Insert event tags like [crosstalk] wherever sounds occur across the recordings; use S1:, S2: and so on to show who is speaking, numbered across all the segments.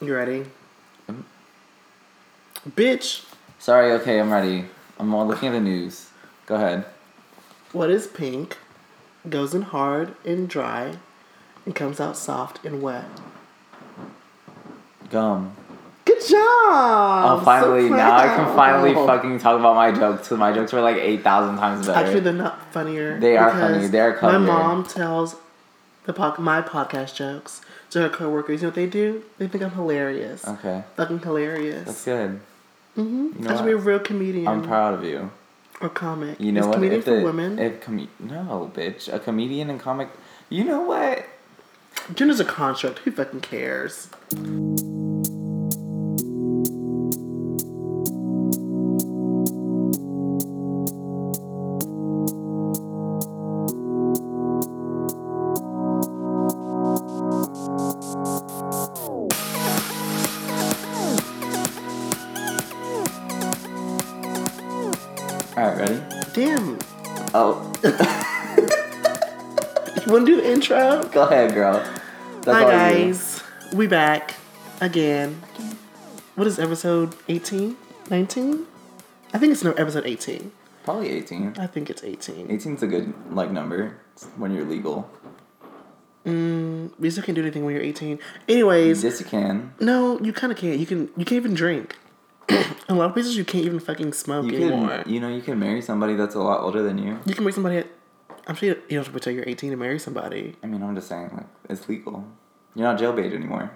S1: You ready?
S2: Mm.
S1: Bitch,
S2: Sorry, okay, I'm ready. I'm all looking at the news. Go ahead.
S1: what is pink? Goes in hard and dry and comes out soft and wet.
S2: Gum.
S1: Good job!
S2: Oh,
S1: Oh,
S2: finally, now I can finally fucking talk about my jokes because my jokes were like 8,000 times better.
S1: Actually, they're not funnier.
S2: They are funny.
S1: because
S2: They are
S1: My
S2: funnier.
S1: mom tells the po- my podcast jokes to her coworkers. You know what they do? They think I'm hilarious.
S2: okay,
S1: Fucking hilarious.
S2: Uh-huh. that's good. Mm-hmm. You know
S1: I should
S2: what?
S1: be a real comedian
S2: I'm proud of you.
S1: or comic.
S2: You know
S1: Is
S2: what?
S1: Comedian
S2: if
S1: for
S2: the-
S1: women.
S2: If com- no, bitch. A comedian and comic. You know what?
S1: Gender's a construct. Who fucking cares?
S2: All right, ready?
S1: Damn.
S2: Oh, [laughs]
S1: You want to do the intro?
S2: go ahead, girl. That's
S1: Hi
S2: all you.
S1: guys. We back again. What is episode 18? 19? I think it's no episode 18.
S2: Probably 18.
S1: I think it's 18.
S2: 18's a good like number It's when you're legal.
S1: We still can't do anything when you're 18. Anyways,
S2: Yes, you can.
S1: no, you kind of can't. You can you can't even drink. [clears throat] In a lot of places you can't even fucking smoke
S2: You
S1: anymore.
S2: can. You know, you can marry somebody that's a lot older than you.
S1: You can make somebody I'm sure you don't have to wait till you're 18 to marry somebody.
S2: I mean, I'm just saying, like, it's legal. You're not jailbait anymore.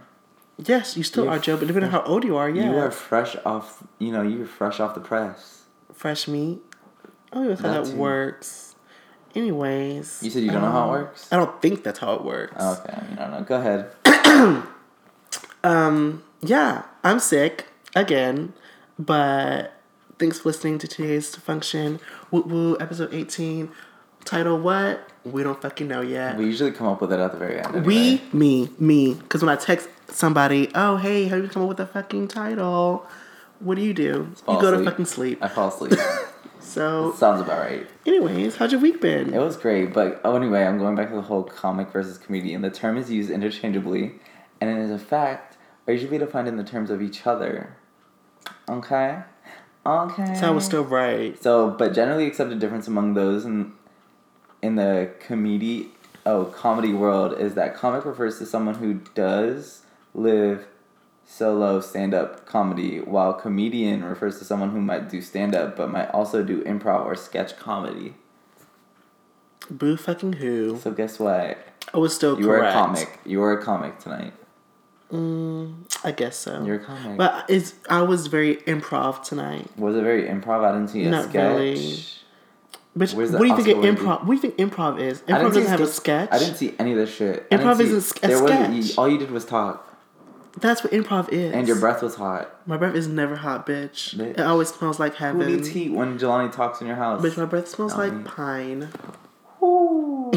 S1: Yes, you still
S2: You're
S1: are Joe, but depending on how old you are, yeah.
S2: You are fresh off. You know, you're fresh off the press.
S1: fresh meat. Oh, that's how
S2: That
S1: that
S2: too.
S1: worms. Anyways,
S2: You said you don't know
S1: Oh.
S2: how it works.
S1: I don't think that's how it works.
S2: Oh, Okay, I mean, I don't know. Go ahead.
S1: Yeah, I'm sick again, but thanks for listening to today's function. Woo woo, episode 18. Title what? We don't fucking know yet.
S2: We usually come up with it at the very end. Anyway.
S1: We, me, me. Because when I text somebody, oh, hey, how you come up with a fucking title? What do you do? You
S2: fall
S1: go to
S2: asleep.
S1: fucking sleep.
S2: I
S1: [laughs]
S2: fall asleep.
S1: So,
S2: Sounds about right.
S1: anyways, how's your week been?
S2: It was great, but oh, anyway, I'm going back to the whole comic versus comedian. The term is used interchangeably, and it is a fact are usually defined in the terms of each other. Okay, okay.
S1: So I was still right.
S2: So, but generally accepted difference among those in in the comedy oh comedy world is that comic refers to someone who does live solo stand up comedy, while comedian refers to someone who might do stand up but might also do improv or sketch comedy.
S1: Boo fucking who?
S2: So guess what?
S1: I was still
S2: You are a
S1: correct.
S2: comic. You are a comic tonight.
S1: I guess so.
S2: You're a comic.
S1: But it's I was very improv tonight.
S2: was it very improv? I didn't see a
S1: Not
S2: sketch.
S1: really. Bitch,
S2: Where's
S1: what
S2: the
S1: do you think
S2: Oscar
S1: an
S2: winner?
S1: improv? What do you think improv is?
S2: I didn't
S1: Improv
S2: see
S1: doesn't have a sketch.
S2: sketch. I didn't see any of this shit. I didn't
S1: Improv
S2: see-
S1: isn't sk- a
S2: there wasn't-
S1: sketch.
S2: all you did was talk,
S1: That's what improv is.
S2: and your breath was hot.
S1: My breath is never hot, bitch.
S2: Bitch.
S1: It always smells like
S2: Who
S1: heaven.
S2: needs heat when Jelani talks in your house?
S1: Bitch, my breath smells
S2: Not
S1: like
S2: me.
S1: pine.
S2: Ooh.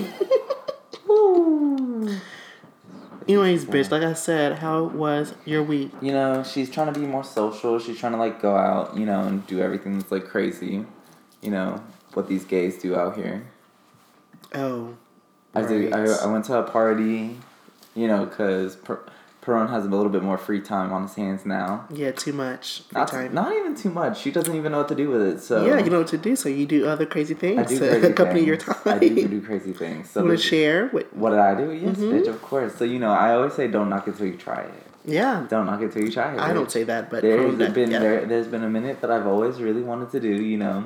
S2: Ooh.
S1: Anyways, bitch, like I said, how was your week?
S2: [laughs] You know, she's trying to be more social. She's trying to like go out, you know, and do everything that's like crazy. You know what these gays do out here.
S1: Oh,
S2: I did. I,
S1: Right.
S2: I went to a party, you know, because per- Peron has a little bit more free time on his hands now.
S1: yeah, too much. Free
S2: Not,
S1: time.
S2: not even too much. She doesn't even know what to do with it. So
S1: yeah, you know what to do, so you do other crazy things [laughs]
S2: I do
S1: to
S2: crazy
S1: accompany
S2: things.
S1: your time. Mm-hmm.
S2: I
S1: [laughs]
S2: do do crazy things. So
S1: Want to
S2: this-
S1: share? What?
S2: What did I do? Yes, bitch, of course. So you know, I always say, don't knock it till you try it.
S1: Yeah,
S2: Don't knock it till you try it.
S1: I don't
S2: bitch.
S1: say that, but
S2: There's
S1: from that-
S2: been
S1: yeah.
S2: there, there's been a minute that I've always really wanted to do. You know,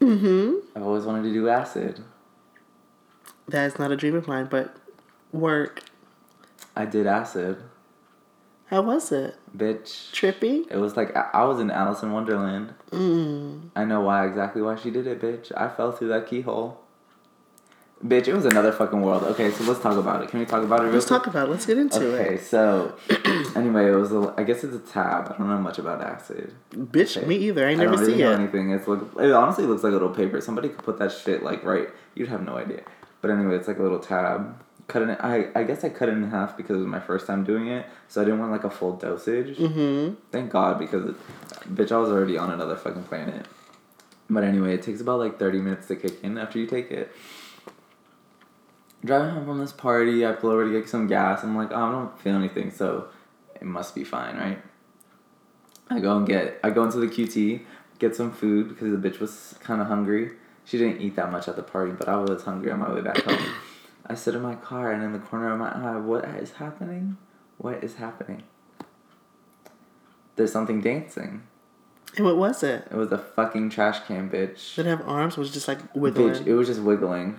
S1: Mm-hmm.
S2: I've always wanted to do acid.
S1: That is not a dream of mine, but work.
S2: I did acid,
S1: How was it?
S2: bitch.
S1: Trippy?
S2: It was like I I was in Alice in Wonderland.
S1: Mm.
S2: I know why exactly why she did it, bitch. I fell through that keyhole. Bitch, it was another fucking world. Okay, so let's talk about it. Can we talk about it real
S1: Let's
S2: quick?
S1: talk about it. Let's get into
S2: Okay,
S1: it.
S2: so anyway, it was a, I guess it's a tab. I don't know much about acid.
S1: Bitch,
S2: Okay.
S1: me either. I
S2: I
S1: never
S2: don't really
S1: see
S2: know
S1: it.
S2: anything. It's look, it honestly looks like a little paper. Somebody could put that shit like right. You'd have no idea. But anyway, it's like a little tab. Cut it. I I guess I cut it in half because it was my first time doing it, so I didn't want like a full dosage.
S1: Mm-hmm.
S2: Thank God because, it, bitch, I was already on another fucking planet. But anyway, it takes about like thirty minutes to kick in after you take it. Driving home from this party, I pull over to get some gas. I'm like, oh, I don't feel anything, so it must be fine, right? I go and get I go into the QT, get some food because the bitch was kind of hungry. She didn't eat that much at the party, but I was hungry on my way back home. [coughs] I sit in my car and in the corner of my eye, what is happening? What is happening? There's something dancing.
S1: And what was it?
S2: It was a fucking trash can, bitch.
S1: Did it have arms? Was it just like
S2: Bitch, it
S1: wiggling?
S2: was just wiggling.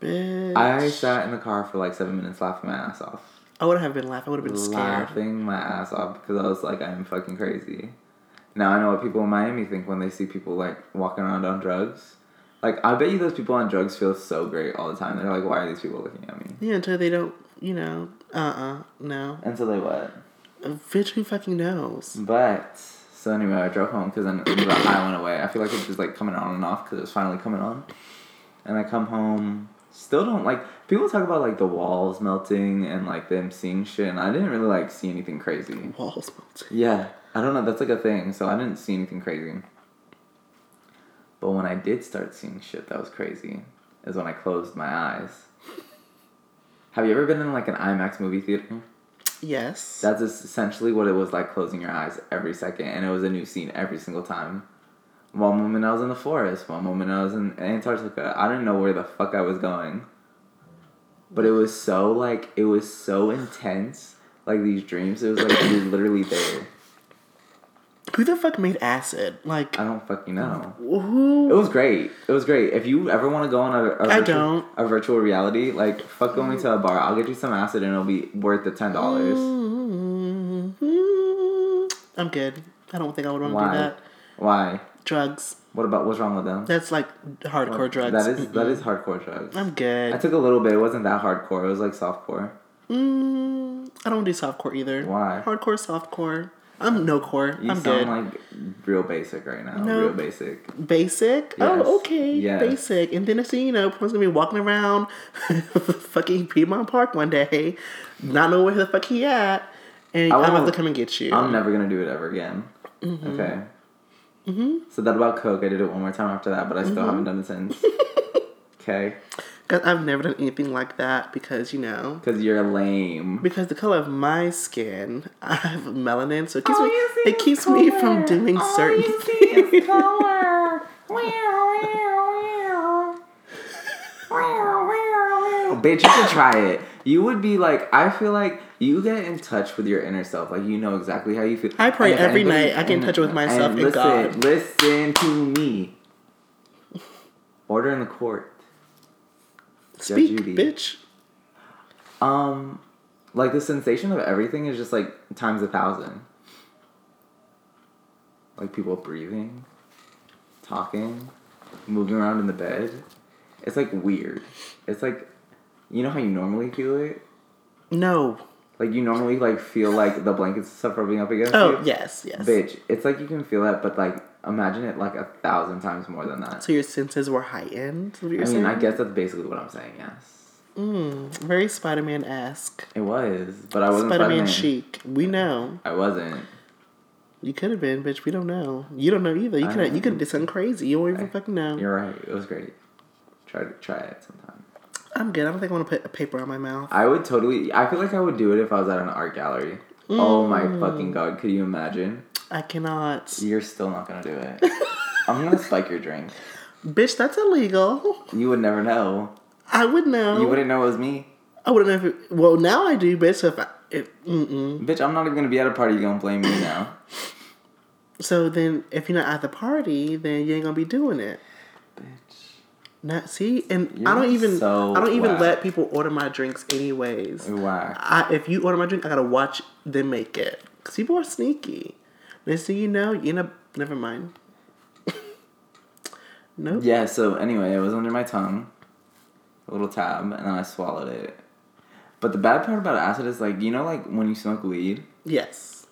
S1: Bitch.
S2: I sat in the car for like seven minutes laughing my ass off.
S1: I would have been laughing. I would have been scared.
S2: laughing my ass off because I was like, I'm fucking crazy. Now I know what people in Miami think when they see people like walking around on drugs. Like I bet you those people on drugs feel so great all the time. They're like, why are these people looking at me?
S1: Yeah, until they don't, you know, uh uh no.
S2: And so they what?
S1: Uh, Bitch, who fucking knows?
S2: But so anyway, I drove home because then the high went away. I feel like it was like coming on and off because it was finally coming on. And I come home, still don't like. People talk about like the walls melting and like them seeing shit, and I didn't really like see anything crazy.
S1: Walls melting.
S2: Yeah, I don't know. That's like a thing. So I didn't see anything crazy. But when I did start seeing shit that was crazy, is when I closed my eyes. Have you ever been in like an IMAX movie theater?
S1: Yes.
S2: That's essentially what it was like closing your eyes every second, and it was a new scene every single time. One moment I was in the forest, one moment I was in Antarctica. I didn't know where the fuck I was going. But it was so like it was so intense, like these dreams. It was like you were literally there.
S1: who the fuck made acid? Like,
S2: I don't fucking know. It
S1: who?
S2: was great. It was great. If you ever want to go on a, a
S1: I
S2: virtual,
S1: don't.
S2: a virtual reality, like fuck going to a bar. I'll get you some acid and it'll be worth the
S1: Mm,
S2: ten dollars.
S1: Hmm. I'm good. I don't think I would want to do
S2: Why?
S1: that.
S2: Why?
S1: Drugs.
S2: What about what's wrong with them?
S1: That's like hardcore drugs.
S2: That is- that is hardcore drugs.
S1: I'm
S2: I
S1: good.
S2: took a little bit. It wasn't that hardcore. It was like softcore.
S1: Mm, I don't do softcore either.
S2: Why?
S1: Hardcore, softcore. I'm no core.
S2: You
S1: I'm good.
S2: sound like real basic right now.
S1: No.
S2: Real basic.
S1: Basic.
S2: Yes.
S1: Oh, okay.
S2: Yes.
S1: Basic. And then next thing you know, Porn's gonna be walking around [laughs] fucking Piedmont Park one day, not know where the fuck he at, and
S2: I
S1: I'm about to
S2: won't-
S1: come and get you.
S2: I'm never gonna do it ever again. Okay. Mm-hmm. So that about coke. I did it one more time after that, but I
S1: Mm-hmm.
S2: still haven't done
S1: [laughs]
S2: it since. okay.
S1: 'Cause I've never done anything like that because you know.
S2: Because you're lame.
S1: Because the color of my skin, [laughs] I have melanin, so it keeps
S3: All you see
S1: me, it
S3: Oh, is
S1: keeps me
S3: color.
S1: from doing
S3: All
S1: certain
S3: you see
S1: things.
S3: is
S2: [laughs]
S3: color. Wow, wow, wow. Wow, wow, wow.
S2: Bitch, you should try it. You would be like, I feel like you get in touch with your inner self. Like you know exactly how you feel.
S1: I pray
S2: if
S1: every
S2: anybody-
S1: night I get in
S2: and-
S1: touch with myself and
S2: listen,
S1: God.
S2: Listen to
S1: [laughs]
S2: me. Order in the court.
S1: [laughs] Speak,
S2: Judy.
S1: bitch.
S2: Um, like the sensation of everything is just like times a thousand. Like people breathing, talking, moving around in the bed. It's like weird. It's like, you know how you normally feel it.
S1: No.
S2: Like you normally like feel like the blankets and stuff rubbing up against you.
S1: Oh yes, yes.
S2: Bitch, it's like you can feel that, but like imagine it like a thousand times more than that.
S1: So your senses were heightened. is what
S2: I
S1: you're
S2: mean, I
S1: saying?
S2: guess that's basically what I'm saying. Yes,
S1: Mm, very Spider Man esque.
S2: it was, but I wasn't
S1: Spider Man
S2: Spider-Man.
S1: chic. We know
S2: I wasn't.
S1: you could have been, bitch. We don't know. You don't know either. You
S2: I
S1: could
S2: know.
S1: you could have did something crazy. You don't even
S2: I-
S1: fucking know.
S2: You're right. It was great. Try to try it sometime.
S1: I'm good. I don't think I want to put a paper on my mouth.
S2: I would totally. I feel like I would do it if I was at an art gallery. Oh my fucking god! Could you imagine?
S1: I cannot.
S2: You're still not gonna do it. I'm gonna spike your drink.
S1: Bitch, that's illegal. [laughs]
S2: You would never know.
S1: I would know.
S2: You wouldn't know it was me,
S1: I wouldn't know. If it, well, now I do, bitch. So if I, if, mm-mm.
S2: bitch. I'm not even gonna be at a party. You gonna blame me now?
S1: So then, if you're not at the party, then you ain't gonna be doing it.
S2: Bitch.
S1: Not see, and
S2: You're
S1: I don't even
S2: so
S1: I don't even
S2: whack.
S1: let people order my drinks anyways.
S2: Whack.
S1: I, if you order my drink, I gotta watch them make it. Cause people are sneaky. Next thing you know, you end up. Never mind. [laughs] nope.
S2: Yeah, so anyway, it was under my tongue, a little tab, and then I swallowed it. But the bad part about acid is like, you know, like when you smoke weed,
S1: Yes.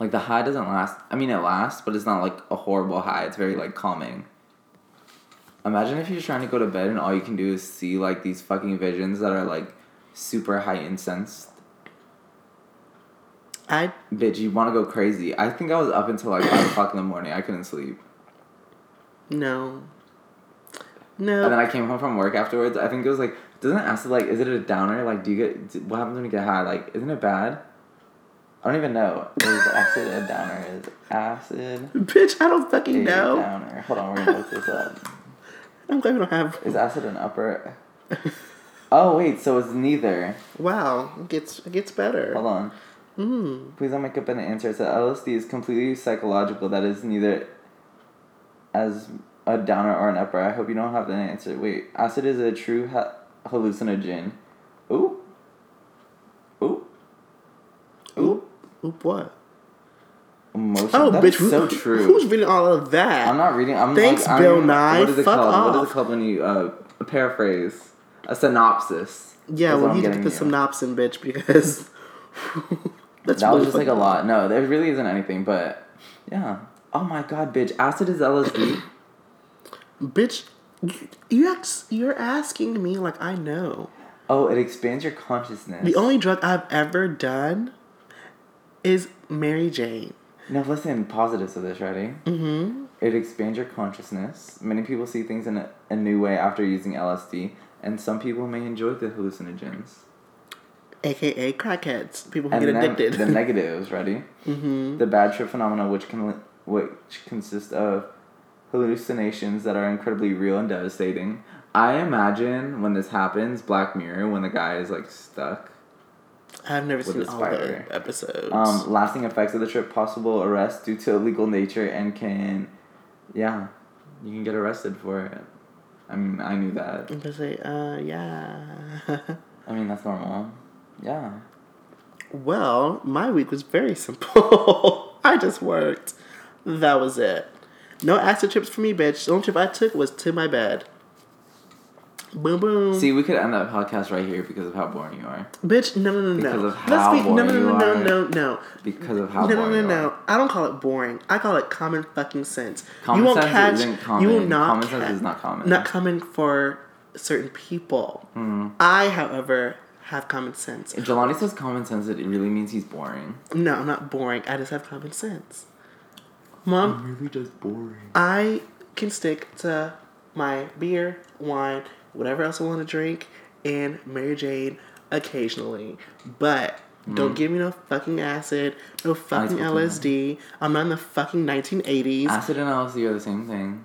S2: like the high doesn't last. I mean, it lasts, but it's not like a horrible high. It's very like calming. Imagine if you're trying to go to bed and all you can do is see like these fucking visions that are like super high incensed.
S1: I
S2: Bitch, you want to go crazy. I think I was up until like 5 o'clock in the morning. I couldn't sleep.
S1: no.
S2: And then
S1: No.
S2: I came home from work afterwards. I think it was like, doesn't acid like, is it a downer? Like, do you get, d- what happens when you get high? Like, isn't it bad? I don't even know. Is acid a downer? Is acid
S1: Bitch, I don't fucking
S2: a
S1: know.
S2: downer? Hold on, we're gonna look this up.
S1: I'm glad we don't have.
S2: Is acid an upper? Oh wait, so it's neither.
S1: Wow, it gets it gets better. Mm-hmm.
S2: Hold on. Please don't make up an answer. So LSD is completely psychological. That is neither as a downer or an upper. I hope you don't have an answer. Wait, acid is a true ha- hallucinogen. Ooh. Ooh. Ooh.
S1: Oop, oop, what?
S2: Emotion.
S1: Oh,
S2: That
S1: bitch,
S2: is
S1: who-
S2: so
S1: who-
S2: true.
S1: Who's reading all of that?
S2: I'm not reading. I'm
S1: Thanks,
S2: like, I'm-
S1: Bill Nye.
S2: What is it
S1: Fuck
S2: called? What
S1: off.
S2: is it called when you uh, paraphrase? A synopsis.
S1: yeah,
S2: is what
S1: well,
S2: I'm
S1: you need to
S2: getting
S1: put
S2: you.
S1: some nops in, bitch, because [laughs] that's
S2: that
S1: really
S2: was just like a
S1: fucking-
S2: lot. No, there really isn't anything, but yeah. Oh my god, bitch. Acid
S1: [coughs]
S2: is LSD.
S1: Bitch, you- you ex- you're asking me like I know.
S2: Oh, it expands your consciousness.
S1: The only drug I've ever done is Mary Jane.
S2: No, listen, positives of this, ready? Mm-hmm. It expands your consciousness. Many people see things in a, a new way after using LSD, and some people may enjoy the hallucinogens.
S1: aka crackheads, people who
S2: And
S1: get
S2: then
S1: addicted.
S2: the negatives, ready? Mm-hmm. The bad trip phenomena, which can which consists of hallucinations that are incredibly real and devastating. I imagine when this happens, Black Mirror, when the guy is like stuck.
S1: [laughs] I've never seen
S2: a
S1: all the
S2: spider.
S1: episodes.
S2: Um, lasting effects of the trip, possible arrest due to illegal nature, and can, yeah, you can get arrested for it. I mean, I knew that.
S1: I'm gonna say, uh, yeah. [laughs]
S2: I mean, that's normal. Yeah.
S1: well, my week was very simple. [laughs] I just worked. That was it. No acid trips for me, bitch. The only trip I took was to my bed. Boom, boom.
S2: See, we could end that podcast right here because of how boring you are.
S1: bitch, no, no, no, no.
S2: Because of
S1: Let's
S2: how
S1: be, no, no,
S2: boring
S1: no,
S2: you
S1: no,
S2: are.
S1: no, no.
S2: Because of
S1: No,
S2: how
S1: no,
S2: boring
S1: no,
S2: you
S1: no.
S2: are.
S1: I don't call it boring. I call it common fucking sense.
S2: Common
S1: you won't
S2: sense
S1: catch.
S2: isn't common.
S1: You will not.
S2: Common sense
S1: ca-
S2: is not common. Mm-hmm.
S1: Not common for certain people. I, however, have common sense.
S2: If Jelani says common sense, it really means he's boring.
S1: No, I'm not boring. I just have common sense. Mom,
S2: Really just boring.
S1: I can stick to my beer, wine, whatever else I want to drink, and Mary Jane occasionally. But
S2: Mm.
S1: don't give me no fucking acid, no fucking
S2: Ice cream.
S1: LSD. I'm not in the fucking 1980s.
S2: Acid and LSD are the same thing.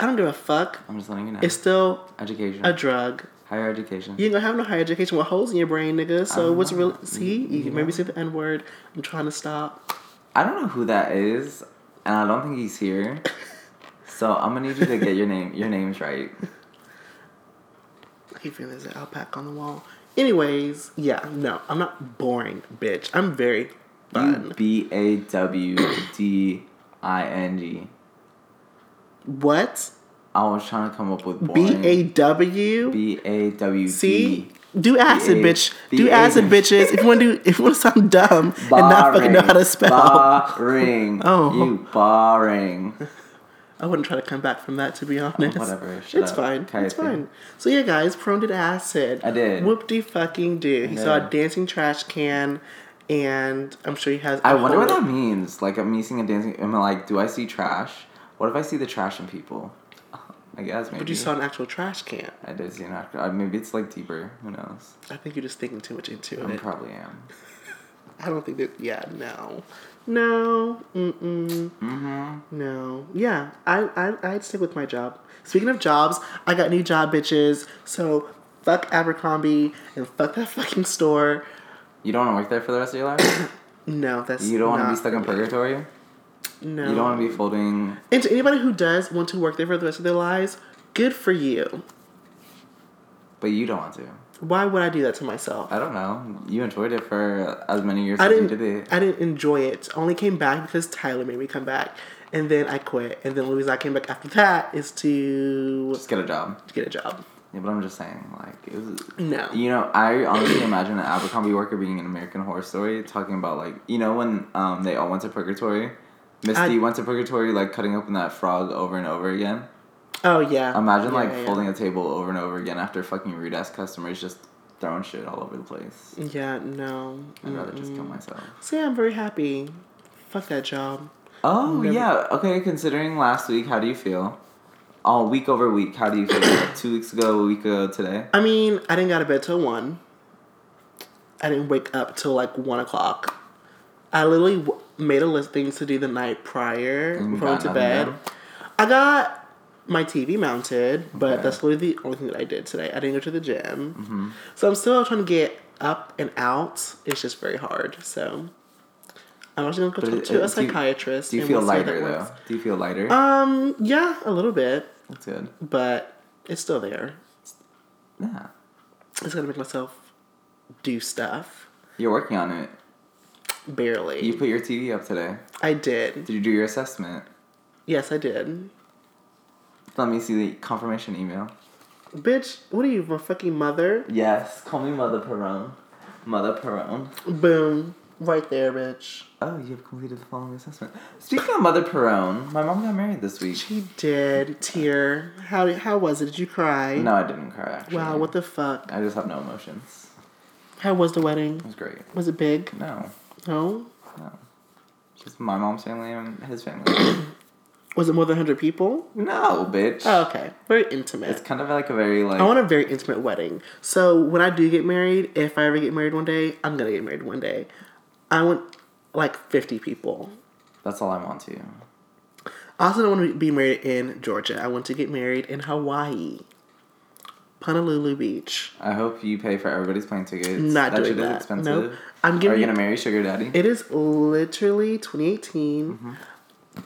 S1: I don't give a fuck.
S2: I'm just letting you know.
S1: It's still
S2: education.
S1: a drug.
S2: Higher education.
S1: You ain't gonna have no higher education with holes in your brain, nigga. So
S2: I'm
S1: what's
S2: not. Mm-hmm.
S1: real? See, you,
S2: You
S1: can
S2: know.
S1: maybe say the N word. I'm trying to stop.
S2: I don't know who that is, and I don't think
S1: [coughs]
S2: he's here. So I'm gonna need you to get your name your names right.
S1: He feels an alpaca on the wall. Anyways, yeah, no, I'm not boring, bitch. I'm very fun.
S2: B A W D I N G.
S1: what?
S2: I was trying to come up with
S1: B
S2: boring.
S1: A W
S2: B A W D.
S1: C. Do acid,
S2: E. A-
S1: bitch.
S2: the
S1: Do
S2: A-
S1: acid, bitches. If you want to, if you want to sound dumb and not fucking know how to spell,
S2: Boring.
S1: [laughs] Oh.
S2: You boring.
S1: I wouldn't try to come back from that, to be honest.
S2: Oh, whatever. Shut
S1: It's
S2: up.
S1: fine.
S2: Okay,
S1: it's
S2: I think-
S1: fine. So yeah, guys, prone did acid.
S2: I did.
S1: Whoop de fucking do. He
S2: I
S1: saw a
S2: did.
S1: dancing trash can, and I'm sure he has.
S2: I
S1: a
S2: wonder what
S1: whole-
S2: that means. Like I'm seeing a dancing. Am I like, do I see trash? What if I see the trash in people? I guess maybe.
S1: But you saw an actual trash can.
S2: I did see an actor. Uh, Maybe it's like deeper. Who knows?
S1: I think you're just thinking too much into
S2: I
S1: it.
S2: probably am.
S1: I don't think that. Yeah, no, no, mm-mm,
S2: Mm-hmm.
S1: no. Yeah, I, I I'd stick with my job. Speaking of jobs, I got new job, bitches. So fuck Abercrombie and fuck that fucking store.
S2: You don't want to work there for the rest of
S1: [coughs]
S2: your life?
S1: No, that's
S2: You don't want to be
S1: not-
S2: stuck in purgatory?
S1: No,
S2: You don't want to be folding.
S1: And to anybody who does want to work there for the rest of their lives, good for you.
S2: But you don't want to.
S1: Why would I do that to myself?
S2: I don't know. You enjoyed it for as many years
S1: I
S2: as you
S1: didn't.
S2: did it.
S1: I didn't enjoy it. Only came back because Tyler made me come back, and then I quit. And then Louise, I came back after that is to
S2: Just get a job.
S1: get a job.
S2: Yeah, but I'm just saying, like, it was.
S1: No.
S2: You know, I honestly imagine an Abercrombie worker being an American Horror Story, talking about like, you know, when um they all went to purgatory. Misty
S1: I-
S2: went to purgatory, like cutting open that frog over and over again.
S1: Oh yeah.
S2: Imagine
S1: Yeah,
S2: like
S1: yeah,
S2: folding a table over and over again after fucking rude ass customers just throwing shit all over the place.
S1: Yeah, Yeah, no.
S2: I'd rather just kill myself.
S1: See, I'm very happy. Fuck that job.
S2: Oh
S1: Never-
S2: yeah, okay. Considering last week, how do you feel? Oh, week over week, how do you [coughs] feel? Two weeks ago, a week ago today.
S1: I mean, I didn't got to bed till one. I I didn't wake up till like one o'clock. I literally w- made a list of things to do the night prior
S2: And you
S1: before I went
S2: Mm, got
S1: to
S2: nothing
S1: bed.
S2: done?
S1: I got my TV mounted, but
S2: Okay. Mm-hmm.
S1: that's literally the only thing that I did today. I didn't go to the gym, so I'm still trying to get up and out. It's just very hard. So I'm actually gonna go
S2: But
S1: talk
S2: it-
S1: to
S2: it-
S1: a
S2: do you-
S1: psychiatrist.
S2: Do you
S1: and
S2: feel
S1: we'll see how
S2: lighter
S1: that
S2: though?
S1: works.
S2: Do you feel lighter?
S1: Um, yeah, a little bit,
S2: That's good.
S1: but it's still there.
S2: Yeah,
S1: It's gonna make myself do stuff.
S2: you're working on it.
S1: Barely.
S2: You put your TV up today.
S1: I did.
S2: Did you do your assessment?
S1: Yes, I did.
S2: Let me see the confirmation email.
S1: Bitch, what are you, my fucking mother?
S2: Yes, call me Mother Perone. Mother Perone.
S1: Boom. Right there, bitch.
S2: Oh, you have completed the following assessment. Speaking of Mother Perone, my mom got married this week.
S1: She did. Tear. How how was it? Did you cry?
S2: No, I didn't cry actually.
S1: Wow, what the fuck?
S2: I just have no emotions.
S1: How was the
S2: It
S1: wedding?
S2: was great.
S1: Was it big?
S2: No,
S1: No?
S2: no. Just my mom's family and his family. [coughs]
S1: Was it more than 100 people?
S2: no, bitch.
S1: Oh, okay. Very
S2: It's
S1: intimate.
S2: kind of like a very like.
S1: I want a very intimate wedding. So when I do get married, if I ever get married one day, I'm gonna get married one day. I want like 50 people.
S2: That's all I want to.
S1: I also don't want to be married in Georgia. I want to get married in Hawaii. Honolulu Beach.
S2: I hope you pay for everybody's plane tickets.
S1: Not
S2: that
S1: doing
S2: shit is
S1: that.
S2: expensive.
S1: Nope. I'm
S2: Are
S1: giving
S2: you
S1: you-
S2: gonna marry sugar daddy?
S1: It is literally 2018,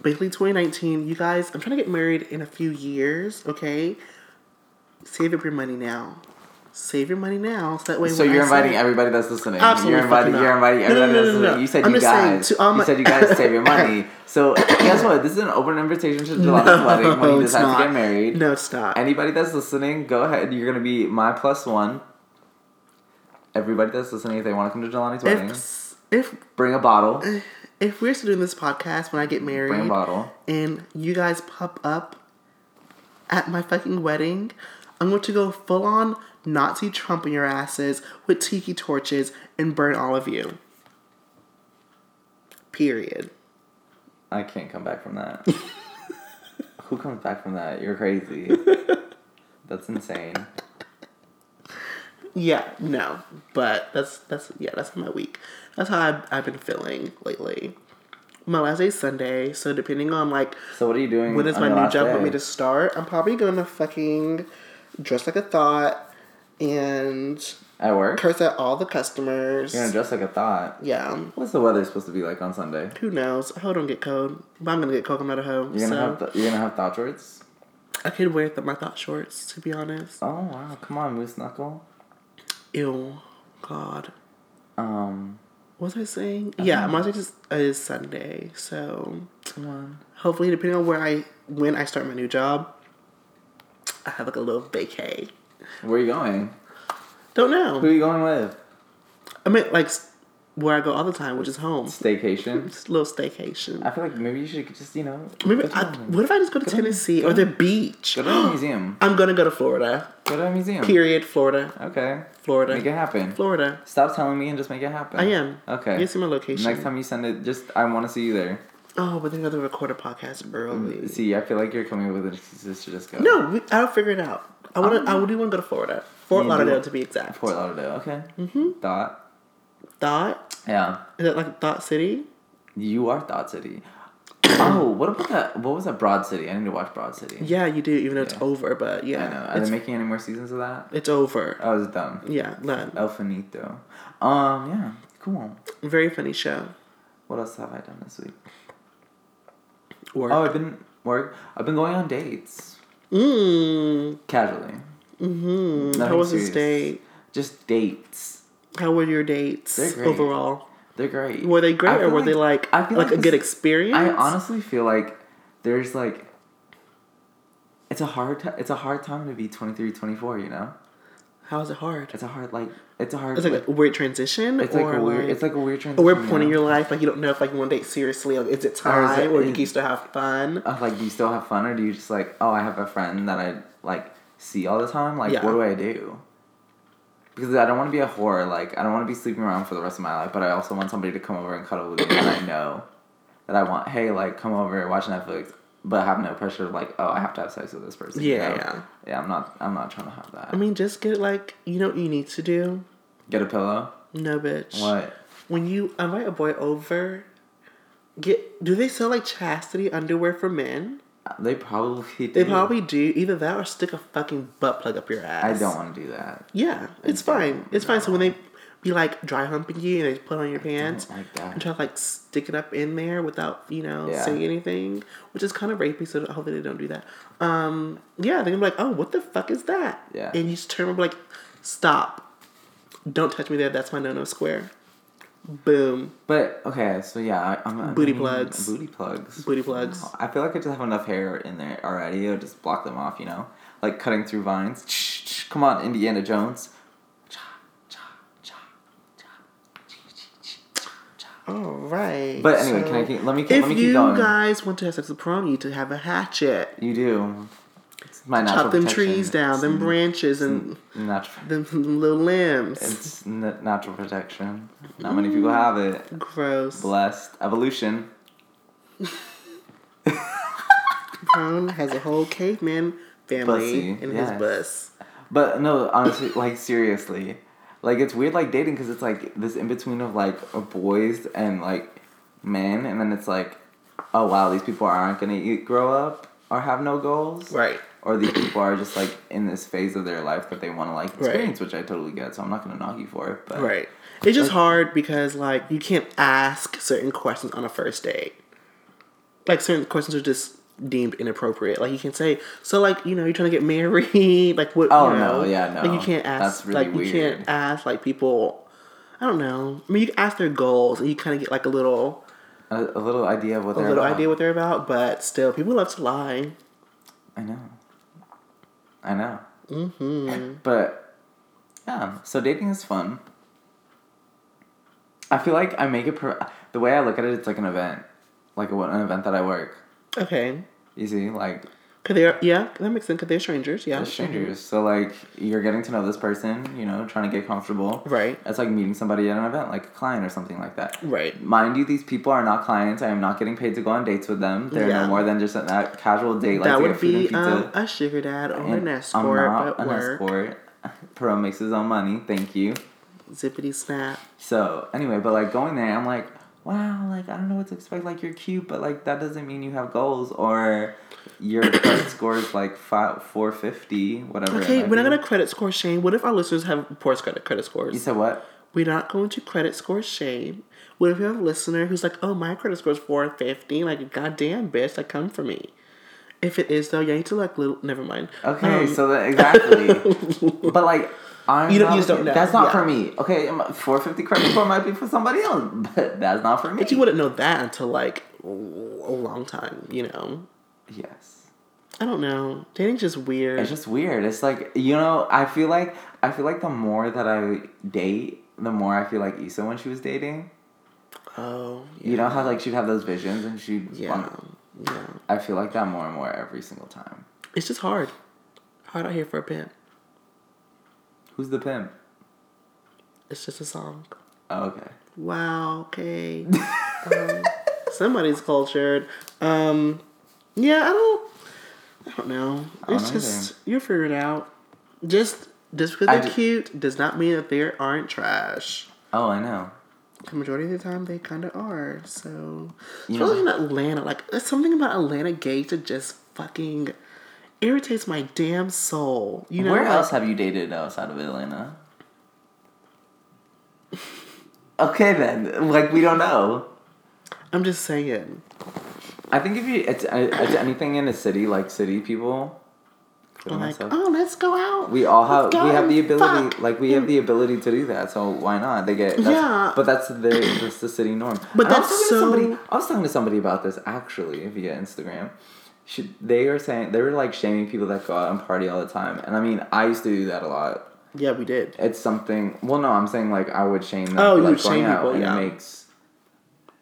S1: basically 2019. You guys, I'm trying to get married in a few years, okay? Save up your money now. Save your money now, so that way.
S2: so
S1: when
S2: you're
S1: I say-
S2: inviting everybody that's listening.
S1: Absolutely
S2: you're inviting.
S1: fucking
S2: You're
S1: not.
S2: inviting
S1: No, no,
S2: everybody
S1: no, no,
S2: that's
S1: no.
S2: listening. You said
S1: I'm
S2: you
S1: just saying,
S2: guys.
S1: to all
S2: you
S1: my-
S2: said you
S1: [laughs]
S2: guys save your money. So guess what? This is an open invitation to Jelani's wedding
S1: [laughs]
S2: when
S1: No,
S2: you
S1: it's
S2: decide
S1: not.
S2: to get married.
S1: No, stop.
S2: Anybody that's listening, go ahead. You're gonna be my plus one. Everybody that's listening, if they want to come to Jelani's wedding,
S1: if if
S2: bring a bottle.
S1: if we're still doing this podcast when I get
S2: Bring a
S1: married,
S2: bottle.
S1: and you guys pop up at my fucking wedding, I'm going to go full on Nazi Trump in your asses with tiki torches and burn all of you. Period.
S2: I can't come back
S1: [laughs]
S2: from that. Who comes back from that? You're crazy.
S1: [laughs]
S2: That's insane.
S1: Yeah, no, but that's that's yeah, that's my week. That's how I've, I've been feeling lately. My last day's Sunday, so depending on like
S2: So what are you doing?
S1: when does
S2: Mm, on
S1: my
S2: your
S1: new
S2: last
S1: job want
S2: day?
S1: me to start, I'm probably gonna fucking dress like a thought and
S2: at work?
S1: curse at all the customers.
S2: You're gonna dress like a thought.
S1: Yeah. um,
S2: What's the weather supposed to be like on Sunday?
S1: Who knows? A hoe don't get cold. But I'm gonna get cold. I'm not a hoe.
S2: You're gonna
S1: so
S2: have th- you're gonna have thought shorts.
S1: I could wear th- my thought shorts, to be honest.
S2: Oh wow! Come on, moose knuckle.
S1: Ew. God.
S2: Um,
S1: What was I saying? yeah, my day is, is Sunday. So
S2: come on.
S1: hopefully, depending on where I, when I start my new job, I have like a little vacay.
S2: Where are you going?
S1: Don't
S2: Who
S1: know.
S2: are you going with?
S1: I meant like s- where I go all the time, which is home.
S2: Staycation.
S1: Just a little staycation.
S2: I feel like maybe you should just you know.
S1: Maybe
S2: go to
S1: I,
S2: one.
S1: what if I just go to Tennessee or the beach?
S2: go to a museum.
S1: [gasps] I'm gonna go to Florida.
S2: Go to a museum.
S1: Period. Florida.
S2: Okay.
S1: Florida.
S2: Make it happen.
S1: Florida.
S2: Stop telling me and just make it happen.
S1: I am.
S2: Okay.
S1: You see my location.
S2: Next time you send it, just I want to see you there.
S1: Oh, but then we have to record a podcast early.
S2: See, I feel like you're coming up with an excuse to just go.
S1: No, we, I'll figure it out. I want to. I do want to go to Florida, Fort
S2: Oh. You
S1: Lauderdale
S2: do.
S1: to be exact.
S2: Fort Lauderdale. Okay. Mm-hmm. Thought.
S1: Thought
S2: Yeah.
S1: is that like Thought City?
S2: You are Thought City. [coughs] oh, what about that? What was that? Broad City. I need to watch Broad City.
S1: Yeah, you do. Even though it's
S2: Yeah.
S1: over, but
S2: I Oh.
S1: yeah,
S2: know. Are
S1: it's,
S2: they making any more seasons of that?
S1: it's over.
S2: I was dumb.
S1: Yeah, none.
S2: El Finito. Um. Yeah. Cool.
S1: Very funny show.
S2: What else have I done this week?
S1: Or
S2: Oh, I've been work. I've been going on dates
S1: mm,
S2: casually.
S1: mm.
S2: Nothing
S1: how was this
S2: serious.
S1: date?
S2: Just dates.
S1: How were your dates
S2: They're great.
S1: overall?
S2: They're great.
S1: Were they
S2: I
S1: great, or
S2: feel
S1: were they like
S2: I feel
S1: like, a
S2: this-
S1: good experience?
S2: I honestly feel like there's like it's a hard ti it's a hard time to be 23, 24, you know?
S1: How is it hard?
S2: It's a hard like it's a hard
S1: It's like a weird transition.
S2: it's like
S1: or
S2: a weird it's like a weird
S1: Or
S2: transition.
S1: we're pointing
S2: you
S1: your life, like you don't know if like you want to date seriously. Like, is it
S2: Or is
S1: time,
S2: it-
S1: or you can still have fun?
S2: know? Of, like do you still have fun or do you just like, oh I have a friend that I like see all the time? Like
S1: Yeah.
S2: what do I do? Because I don't want to be a whore, like I don't want to be sleeping around for the rest of my life, but I also want somebody to come over and cuddle with me
S1: [coughs]
S2: and I know that I want, hey, like come over, watch Netflix, but have no pressure of like, oh I have to have sex with this person. you
S1: Yeah,
S2: know?
S1: yeah.
S2: Yeah, I'm not I'm not trying to have that.
S1: I mean, just get like you know what you need to do.
S2: Get a pillow.
S1: No, bitch.
S2: What?
S1: When you invite a boy over, get do they sell like chastity underwear for men?
S2: They probably do.
S1: They probably do. Either that or stick a fucking butt plug up your ass.
S2: I don't want to do that.
S1: Yeah, it's fine. It's fine. So when they be like dry humping you and they put on your pants
S2: like that.
S1: and try to like stick it up in there without you know
S2: Yeah.
S1: saying anything, which is kind of rapey. So hopefully they don't do that. Um, yeah, they're gonna be like, oh, what the fuck is that?
S2: Yeah.
S1: and you just turn around and be like, stop, don't touch me there. That's my no no square. Boom,
S2: But okay, so yeah, I- I'm, I'm
S1: Booty plugs.
S2: Booty plugs. Oh,
S1: booty plugs.
S2: I feel like I just have enough hair in there already. It'll just block them off, you know, like cutting through vines. Come on, Indiana Jones.
S1: All right.
S2: But anyway, can I keep- let me keep-
S1: If
S2: let me keep
S1: you
S2: going.
S1: guys want to have sex with prom, you need to have a hatchet.
S2: You do. It's my natural
S1: Chop them
S2: protection.
S1: trees down, them branches, and
S2: Natural.
S1: them, them [laughs] little limbs.
S2: It's n- natural protection. Not many people have it.
S1: Gross.
S2: Blessed evolution.
S1: Brown has a whole caveman family
S2: Bussy,
S1: in his
S2: yes.
S1: bus.
S2: But no, honestly, like seriously, like it's weird, like dating, because it's like this in between of like boys and like men, and then it's like, oh wow, these people aren't gonna eat, grow up or have no goals,
S1: Right.
S2: Or these people are just like in this phase of their life that they want to like experience, which I totally get. So I'm not gonna knock you for it, but
S1: Right. It's just hard because like you can't ask certain questions on a first date. Like certain questions are just deemed inappropriate. Like you can say, so like you know you're trying to get [laughs] married. Like what?
S2: Oh,
S1: you
S2: no,
S1: know,
S2: yeah, no.
S1: Like you can't ask.
S2: That's really
S1: like you
S2: weird.
S1: can't ask like people. I don't know. I mean, you can ask their goals and you kind of get like a little,
S2: a, a little uh, idea of what
S1: a
S2: they're
S1: little
S2: about.
S1: idea what they're about. But still, people love to lie.
S2: I know. I know. Mm-hmm. [laughs] But yeah, so dating is fun. I feel like I make it pro- the way I look at it. It's like an event, like a, an event that I work.
S1: Okay.
S2: You see, like
S1: Cause they're yeah, that makes sense. Cause they're strangers. Yeah.
S2: as strangers. So like you're getting to know this person. You know, trying to get comfortable.
S1: Right.
S2: It's like meeting somebody at an event, like a client or something like that.
S1: Right.
S2: Mind you, these people are not clients. I am not getting paid to go on dates with them. They're
S1: Yeah.
S2: no more than just a casual date. Like
S1: that
S2: to
S1: would
S2: get food
S1: be
S2: and pizza.
S1: um, a sugar dad or an
S2: And
S1: escort, but
S2: an
S1: work.
S2: escort. [laughs] Pro makes his own money. Thank you.
S1: Zippity snap.
S2: So anyway, but like going there, I'm like, wow, like I don't know what to expect. Like you're cute, but like that doesn't mean you have goals or
S1: [coughs]
S2: your credit score is like five, 450, whatever. it
S1: Okay,
S2: might
S1: we're not
S2: be.
S1: gonna credit score shame. What if our listeners have poor credit credit
S2: You
S1: scores?
S2: said what?
S1: We're not going to credit score shame. What if you have a listener who's like, "Oh, my credit score is 450. Like, goddamn, bitch, like come for me." If it is though, yeah, you need to like. Little, never mind.
S2: Okay,
S1: Um, [laughs]
S2: so that exactly. but like, I'm
S1: You don't-
S2: not
S1: you just don't
S2: looking-
S1: know,
S2: That's not
S1: yeah.
S2: for me. Okay, m- 450 credit score might be for somebody else, [laughs] but that's not for me.
S1: but you wouldn't know that until like a long time. You know,
S2: yes.
S1: I don't know. Dating's just weird.
S2: It's just weird. It's like you know, I feel like I feel like the more that I date, the more I feel like Issa when she was dating.
S1: oh,
S2: You know how like she'd have those visions and she'd
S1: yeah,
S2: want-
S1: yeah.
S2: I feel like that more and more every single time.
S1: It's just hard. Hard out here for a pimp.
S2: Who's the pimp?
S1: It's just a song.
S2: Oh, okay.
S1: Wow, [laughs] okay. um, somebody's cultured. Um, yeah, I don't. I don't know.
S2: don't
S1: It's
S2: know
S1: just you'll figure it out. Just just because
S2: I
S1: they're
S2: ju-
S1: cute does not mean that they aren't trash.
S2: Oh, I know.
S1: The majority of the time, they kind of are. So,
S2: You know-
S1: especially in Atlanta, like there's something about Atlanta gates that just fucking irritates my damn soul. You know,
S2: Where
S1: like-
S2: else have you dated outside of Atlanta? [laughs] okay then, like we don't know.
S1: I'm just saying.
S2: I think if you it's, it's anything in a city like city people.
S1: I'm
S2: including
S1: like,
S2: myself.
S1: oh, let's go out.
S2: Uh-huh. We all have
S1: Let's go
S2: we have
S1: and
S2: the ability
S1: fuck."
S2: like we have the ability to do that. So why not? They get that's,
S1: Yeah.
S2: But that's the that's the city norm.
S1: But
S2: And I
S1: that's
S2: was talking to
S1: so-
S2: Somebody, I was talking to somebody about this actually via Instagram. She, they were saying they were like shaming people that go out and party all the time. And I mean, I used to do that a lot.
S1: Yeah, we did.
S2: It's something. Well, no, I'm saying like I would shame them.
S1: Oh,
S2: for,
S1: you
S2: like,
S1: would shame
S2: going out,
S1: people,
S2: and it
S1: yeah.
S2: makes.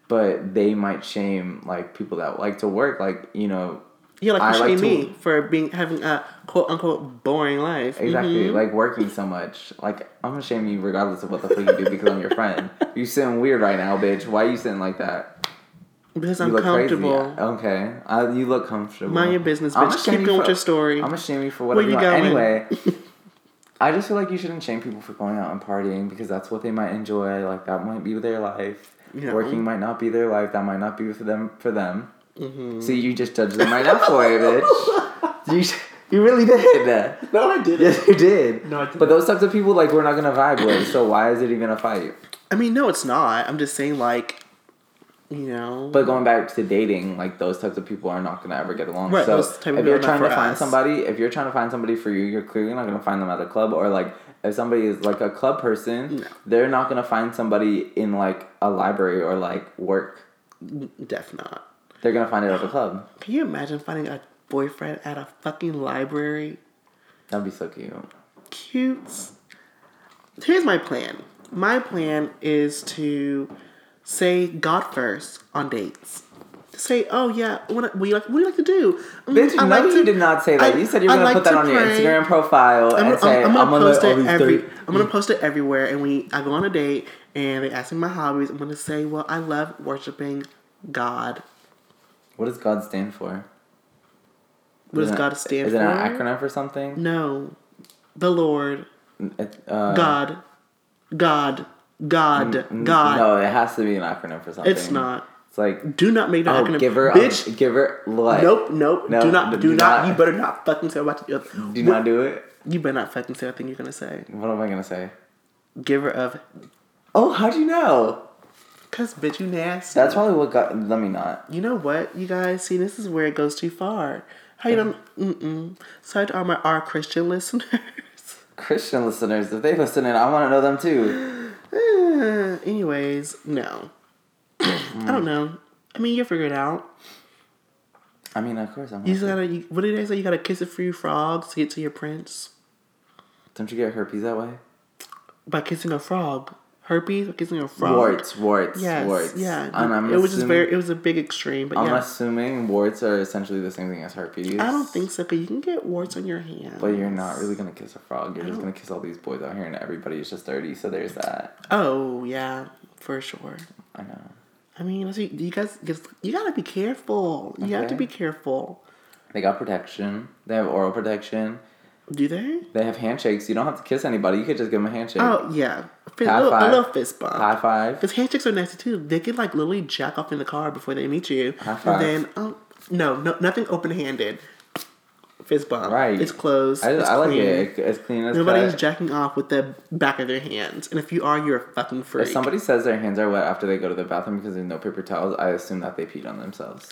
S2: But they might shame like people that like to work, like you know,
S1: Yeah, like
S2: I
S1: you
S2: like
S1: shame
S2: to-
S1: me for being having a quote unquote boring life.
S2: Exactly, like working so much. Like I'm gonna shame you regardless of what the fuck you do because I'm
S1: [laughs]
S2: your friend. You sitting weird right now, bitch. Why you sitting like that?
S1: Because
S2: You
S1: I'm
S2: look
S1: comfortable.
S2: crazy. Okay, I, you look comfortable.
S1: Mind your business,
S2: I'ma
S1: bitch.
S2: shame
S1: Keep
S2: you
S1: going with
S2: for-
S1: your story.
S2: I'ma shame you for
S1: Where
S2: whatever
S1: you [laughs]
S2: you want.
S1: going?
S2: Anyway, I just feel like you shouldn't shame people for going out and partying because that's what they might enjoy. Like that might be their life.
S1: Yeah.
S2: Working might not be their life. That might not be for them. For them.
S1: Mm-hmm.
S2: So you just judged them right now for
S1: [laughs]
S2: it, bitch. You sh- you really did.
S1: No, I
S2: [laughs]
S1: didn't.
S2: Yes, you did.
S1: No, I didn't.
S2: But those types of people, like, we're not gonna vibe with. So why is it even a fight?
S1: I mean, no, it's not. I'm just saying, like, you know.
S2: But going back to dating, like those types of people are not gonna ever get along.
S1: Right,
S2: so
S1: those type of
S2: if you're
S1: people are not
S2: trying to
S1: for
S2: find
S1: us.
S2: somebody, if you're trying to find somebody for you, you're clearly not gonna find them at a club or like if somebody is like a club person,
S1: No.
S2: they're not gonna find somebody in like a library or like work.
S1: def not.
S2: They're gonna find it at a club.
S1: Can you imagine finding a boyfriend at a fucking library?
S2: That'd be so cute.
S1: Cute. Here's my plan. My plan is to say God first on dates. To say, oh yeah, what, what, do you like, what do you like to do? Mm,
S2: Bitch,
S1: I
S2: no,
S1: like
S2: you
S1: to-
S2: did not say that.
S1: I-
S2: you said you were
S1: I
S2: gonna
S1: like
S2: put that
S1: to
S2: on your
S1: pray.
S2: Instagram profile
S1: I'm,
S2: and
S1: I'm-
S2: say
S1: I'm gonna
S2: gonna
S1: post
S2: let all
S1: it
S2: these
S1: every.
S2: dirty-
S1: I'm gonna post it everywhere, and we. I go on a date, and they ask me my hobbies. I'm gonna say, well, I love worshiping God.
S2: What does God stand for?
S1: What does
S2: Isn't it-
S1: God stand
S2: is
S1: for?
S2: it an acronym for something?
S1: No, the Lord,
S2: It- uh,
S1: God, God, God,
S2: n-
S1: God.
S2: No, it has to be an acronym for something.
S1: it's not.
S2: It's like
S1: Do not make no
S2: oh,
S1: acronym.
S2: give her,
S1: bitch.
S2: a, give her what?
S1: nope, nope.
S2: No,
S1: do not.
S2: d-
S1: Do,
S2: do
S1: not,
S2: not.
S1: You better not fucking say what. You,
S2: Do not do it.
S1: you better not fucking say what thing you're gonna say.
S2: What am I gonna say?
S1: Giver of.
S2: Oh, how'd you know?
S1: Cause bitch, you nasty.
S2: That's probably what got. Let me not.
S1: You know what, you guys? See, this is where it goes too far. How you don't? Mm-mm. So to all my our Christian listeners. [laughs]
S2: Christian listeners, if they listening, I want to know them too.
S1: Eh, Anyways, no. I don't know. I mean, you figure it out.
S2: I mean, of course I'm.
S1: You
S2: happy.
S1: just gotta. You, what did they say? You gotta kiss a few frogs to get to your prince
S2: Don't you get herpes that way?
S1: by kissing a frog. Herpes by kissing a frog.
S2: Warts, warts,
S1: Yes.
S2: warts.
S1: Yeah.
S2: And I'm
S1: it was just
S2: assuming-
S1: very. It was a big extreme, but
S2: I'm
S1: yeah.
S2: assuming warts are essentially the same thing as herpes.
S1: I don't think so. Cause you can get warts on your hands.
S2: But you're not really gonna kiss a frog. You're just gonna kiss all these boys out here, and everybody is just dirty. So there's that.
S1: Oh yeah, for sure.
S2: I know.
S1: I mean, let's see, you guys, just- you gotta be careful. You have to
S2: Okay.
S1: be careful.
S2: They got protection. They have oral protection.
S1: Do they?
S2: They have handshakes. You don't have to kiss anybody. You could just give them a handshake.
S1: Oh yeah, Fist-
S2: High
S1: a, little, a
S2: five.
S1: little fist bump.
S2: High five.
S1: Because handshakes are nasty too. They could like literally jack off in the car before they meet you,
S2: High five.
S1: and then oh no, no, nothing open handed. Fist bump.
S2: Right.
S1: It's closed.
S2: I,
S1: it's
S2: I like
S1: clean.
S2: it. As clean as
S1: Nobody's
S2: cut.
S1: jacking off with the back of their hands, and if you are, you're a fucking freak.
S2: If somebody says their hands are wet after they go to the bathroom because there's no paper towels, I assume that they peed on themselves.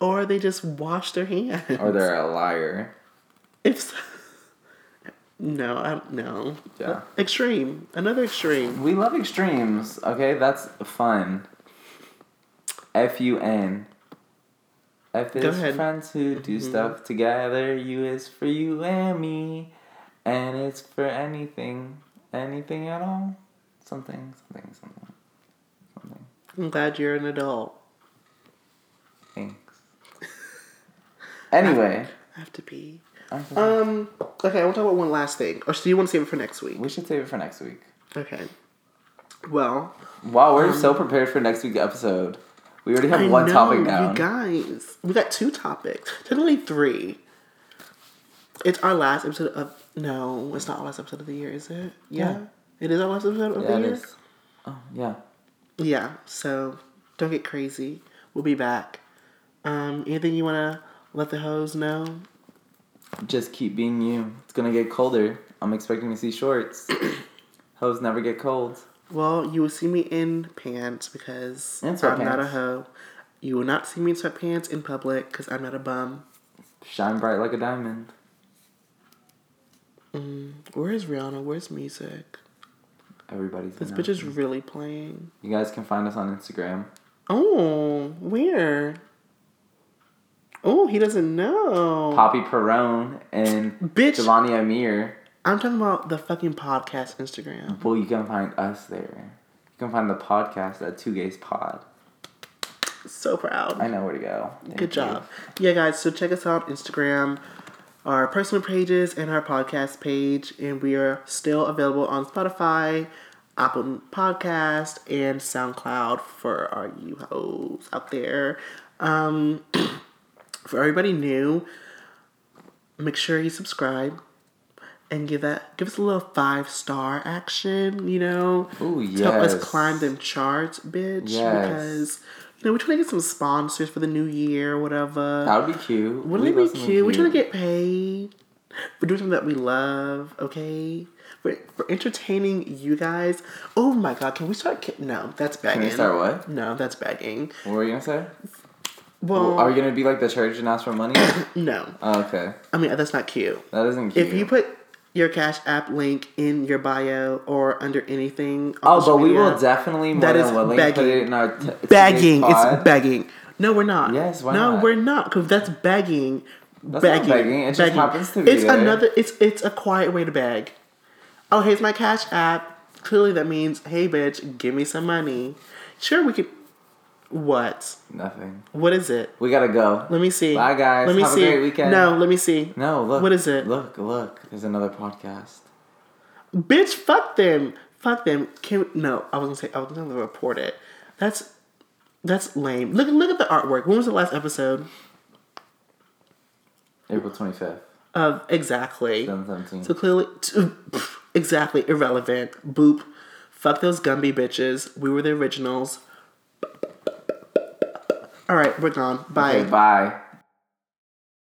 S1: or they just wash their hands.
S2: Or they're a liar.
S1: [laughs] if so- no, I don't know.
S2: Yeah.
S1: Extreme. Another extreme.
S2: We love extremes, okay? That's fun. F U N. F is
S1: ahead. Mm-hmm.
S2: friends who do stuff together. U is for you and me. And it's for anything. Anything at all. Something, something, something. Something.
S1: I'm glad you're an adult. [laughs]
S2: Thanks. Anyway,
S1: I have to pee.
S2: I'm so-
S1: Um. Okay, I want to talk about one last thing. Or do you want to save it for next week?
S2: we should save it for next week.
S1: Okay. Well,
S2: Wow, we're so prepared for next week's episode. We already have
S1: um, I
S2: one
S1: know,
S2: topic down.
S1: You guys, we got two topics. Technically three. It's our last episode of. No, it's not our last episode of the year, is it? Yeah.
S2: Yeah.
S1: It is our last episode of
S2: yeah,
S1: the
S2: it
S1: year.
S2: is. Oh, yeah.
S1: Yeah. So don't get crazy. We'll be back. Um. Anything you wanna let the hoes know?
S2: Just keep being you. It's gonna get colder. I'm expecting to see
S1: [coughs]
S2: shorts. Hoes never get cold.
S1: Well, you will see me in pants because
S2: In
S1: I'm not a
S2: sweatpants.
S1: hoe. You will not see me in sweatpants in public because I'm not a bum.
S2: Shine bright like a diamond.
S1: Where is Rihanna? Where's music?
S2: Everybody's
S1: This
S2: an
S1: bitch is
S2: outfit.
S1: really playing.
S2: You guys can find us on Instagram.
S1: Oh, where? Oh, he doesn't know.
S2: Poppy Perone and
S1: Bitch.
S2: Jelani Amir.
S1: I'm talking about the fucking podcast Instagram.
S2: Well, you can find us there. You can find the podcast at Two Gays Pod.
S1: So proud.
S2: I know where to go. Thank
S1: Good
S2: you.
S1: job. Yeah, guys, so check us out on Instagram, our personal pages, and our podcast page. And we are still available on Spotify, Apple Podcast, and SoundCloud for our you hoes out there. Um, [clears throat] for everybody new, make sure you subscribe. and give that give us a little five star action, you know.
S2: Ooh,
S1: To help us
S2: yes.
S1: climb them charts, bitch.
S2: Yes.
S1: Because you know, we're trying to get some sponsors for the new year or whatever.
S2: That would be cute.
S1: Wouldn't
S2: Leave
S1: it
S2: us
S1: be
S2: something
S1: cute? We're trying to get paid. We're doing something that we love, okay? We're, we're entertaining you guys. Oh my god, can we start? Ki- no, that's begging.
S2: start what?
S1: No, that's begging.
S2: What were you gonna say?
S1: Well,
S2: Are you gonna be like the church and ask
S1: [coughs]
S2: for money?
S1: no.
S2: oh, okay,
S1: I mean, that's not cute.
S2: that isn't cute.
S1: If you put your Cash App link in your bio or under anything, on
S2: oh,
S1: social
S2: but we
S1: media,
S2: will definitely more
S1: That
S2: than
S1: is
S2: willing put it
S1: begging.
S2: in our t-
S1: Begging.
S2: today's pod.
S1: It's begging. No, we're not.
S2: Yes, why
S1: no,
S2: not?
S1: we're not. Because that's begging.
S2: not
S1: begging.
S2: begging, it just happens to be
S1: It's
S2: there.
S1: another. It's it's a quiet way to beg. Oh, here's my cash app. Clearly, that means, hey, bitch, give me some money. Sure, we could. What?
S2: Nothing.
S1: What is it?
S2: We gotta go.
S1: Let me see.
S2: Bye, guys.
S1: Let me
S2: Have a
S1: see.
S2: great weekend.
S1: No, let me see.
S2: No, look.
S1: What is it?
S2: Look, look. There's another podcast.
S1: Bitch, fuck them. Fuck them. Can no, I was gonna say I was gonna report it. That's that's lame. Look look at the artwork. When was the last episode?
S2: April 25th,
S1: Of exactly.
S2: 2017.
S1: So clearly, t- [laughs] exactly irrelevant. Boop. Fuck those Gumby bitches. We were the originals. All right, we're gone. Bye.
S2: Okay, bye.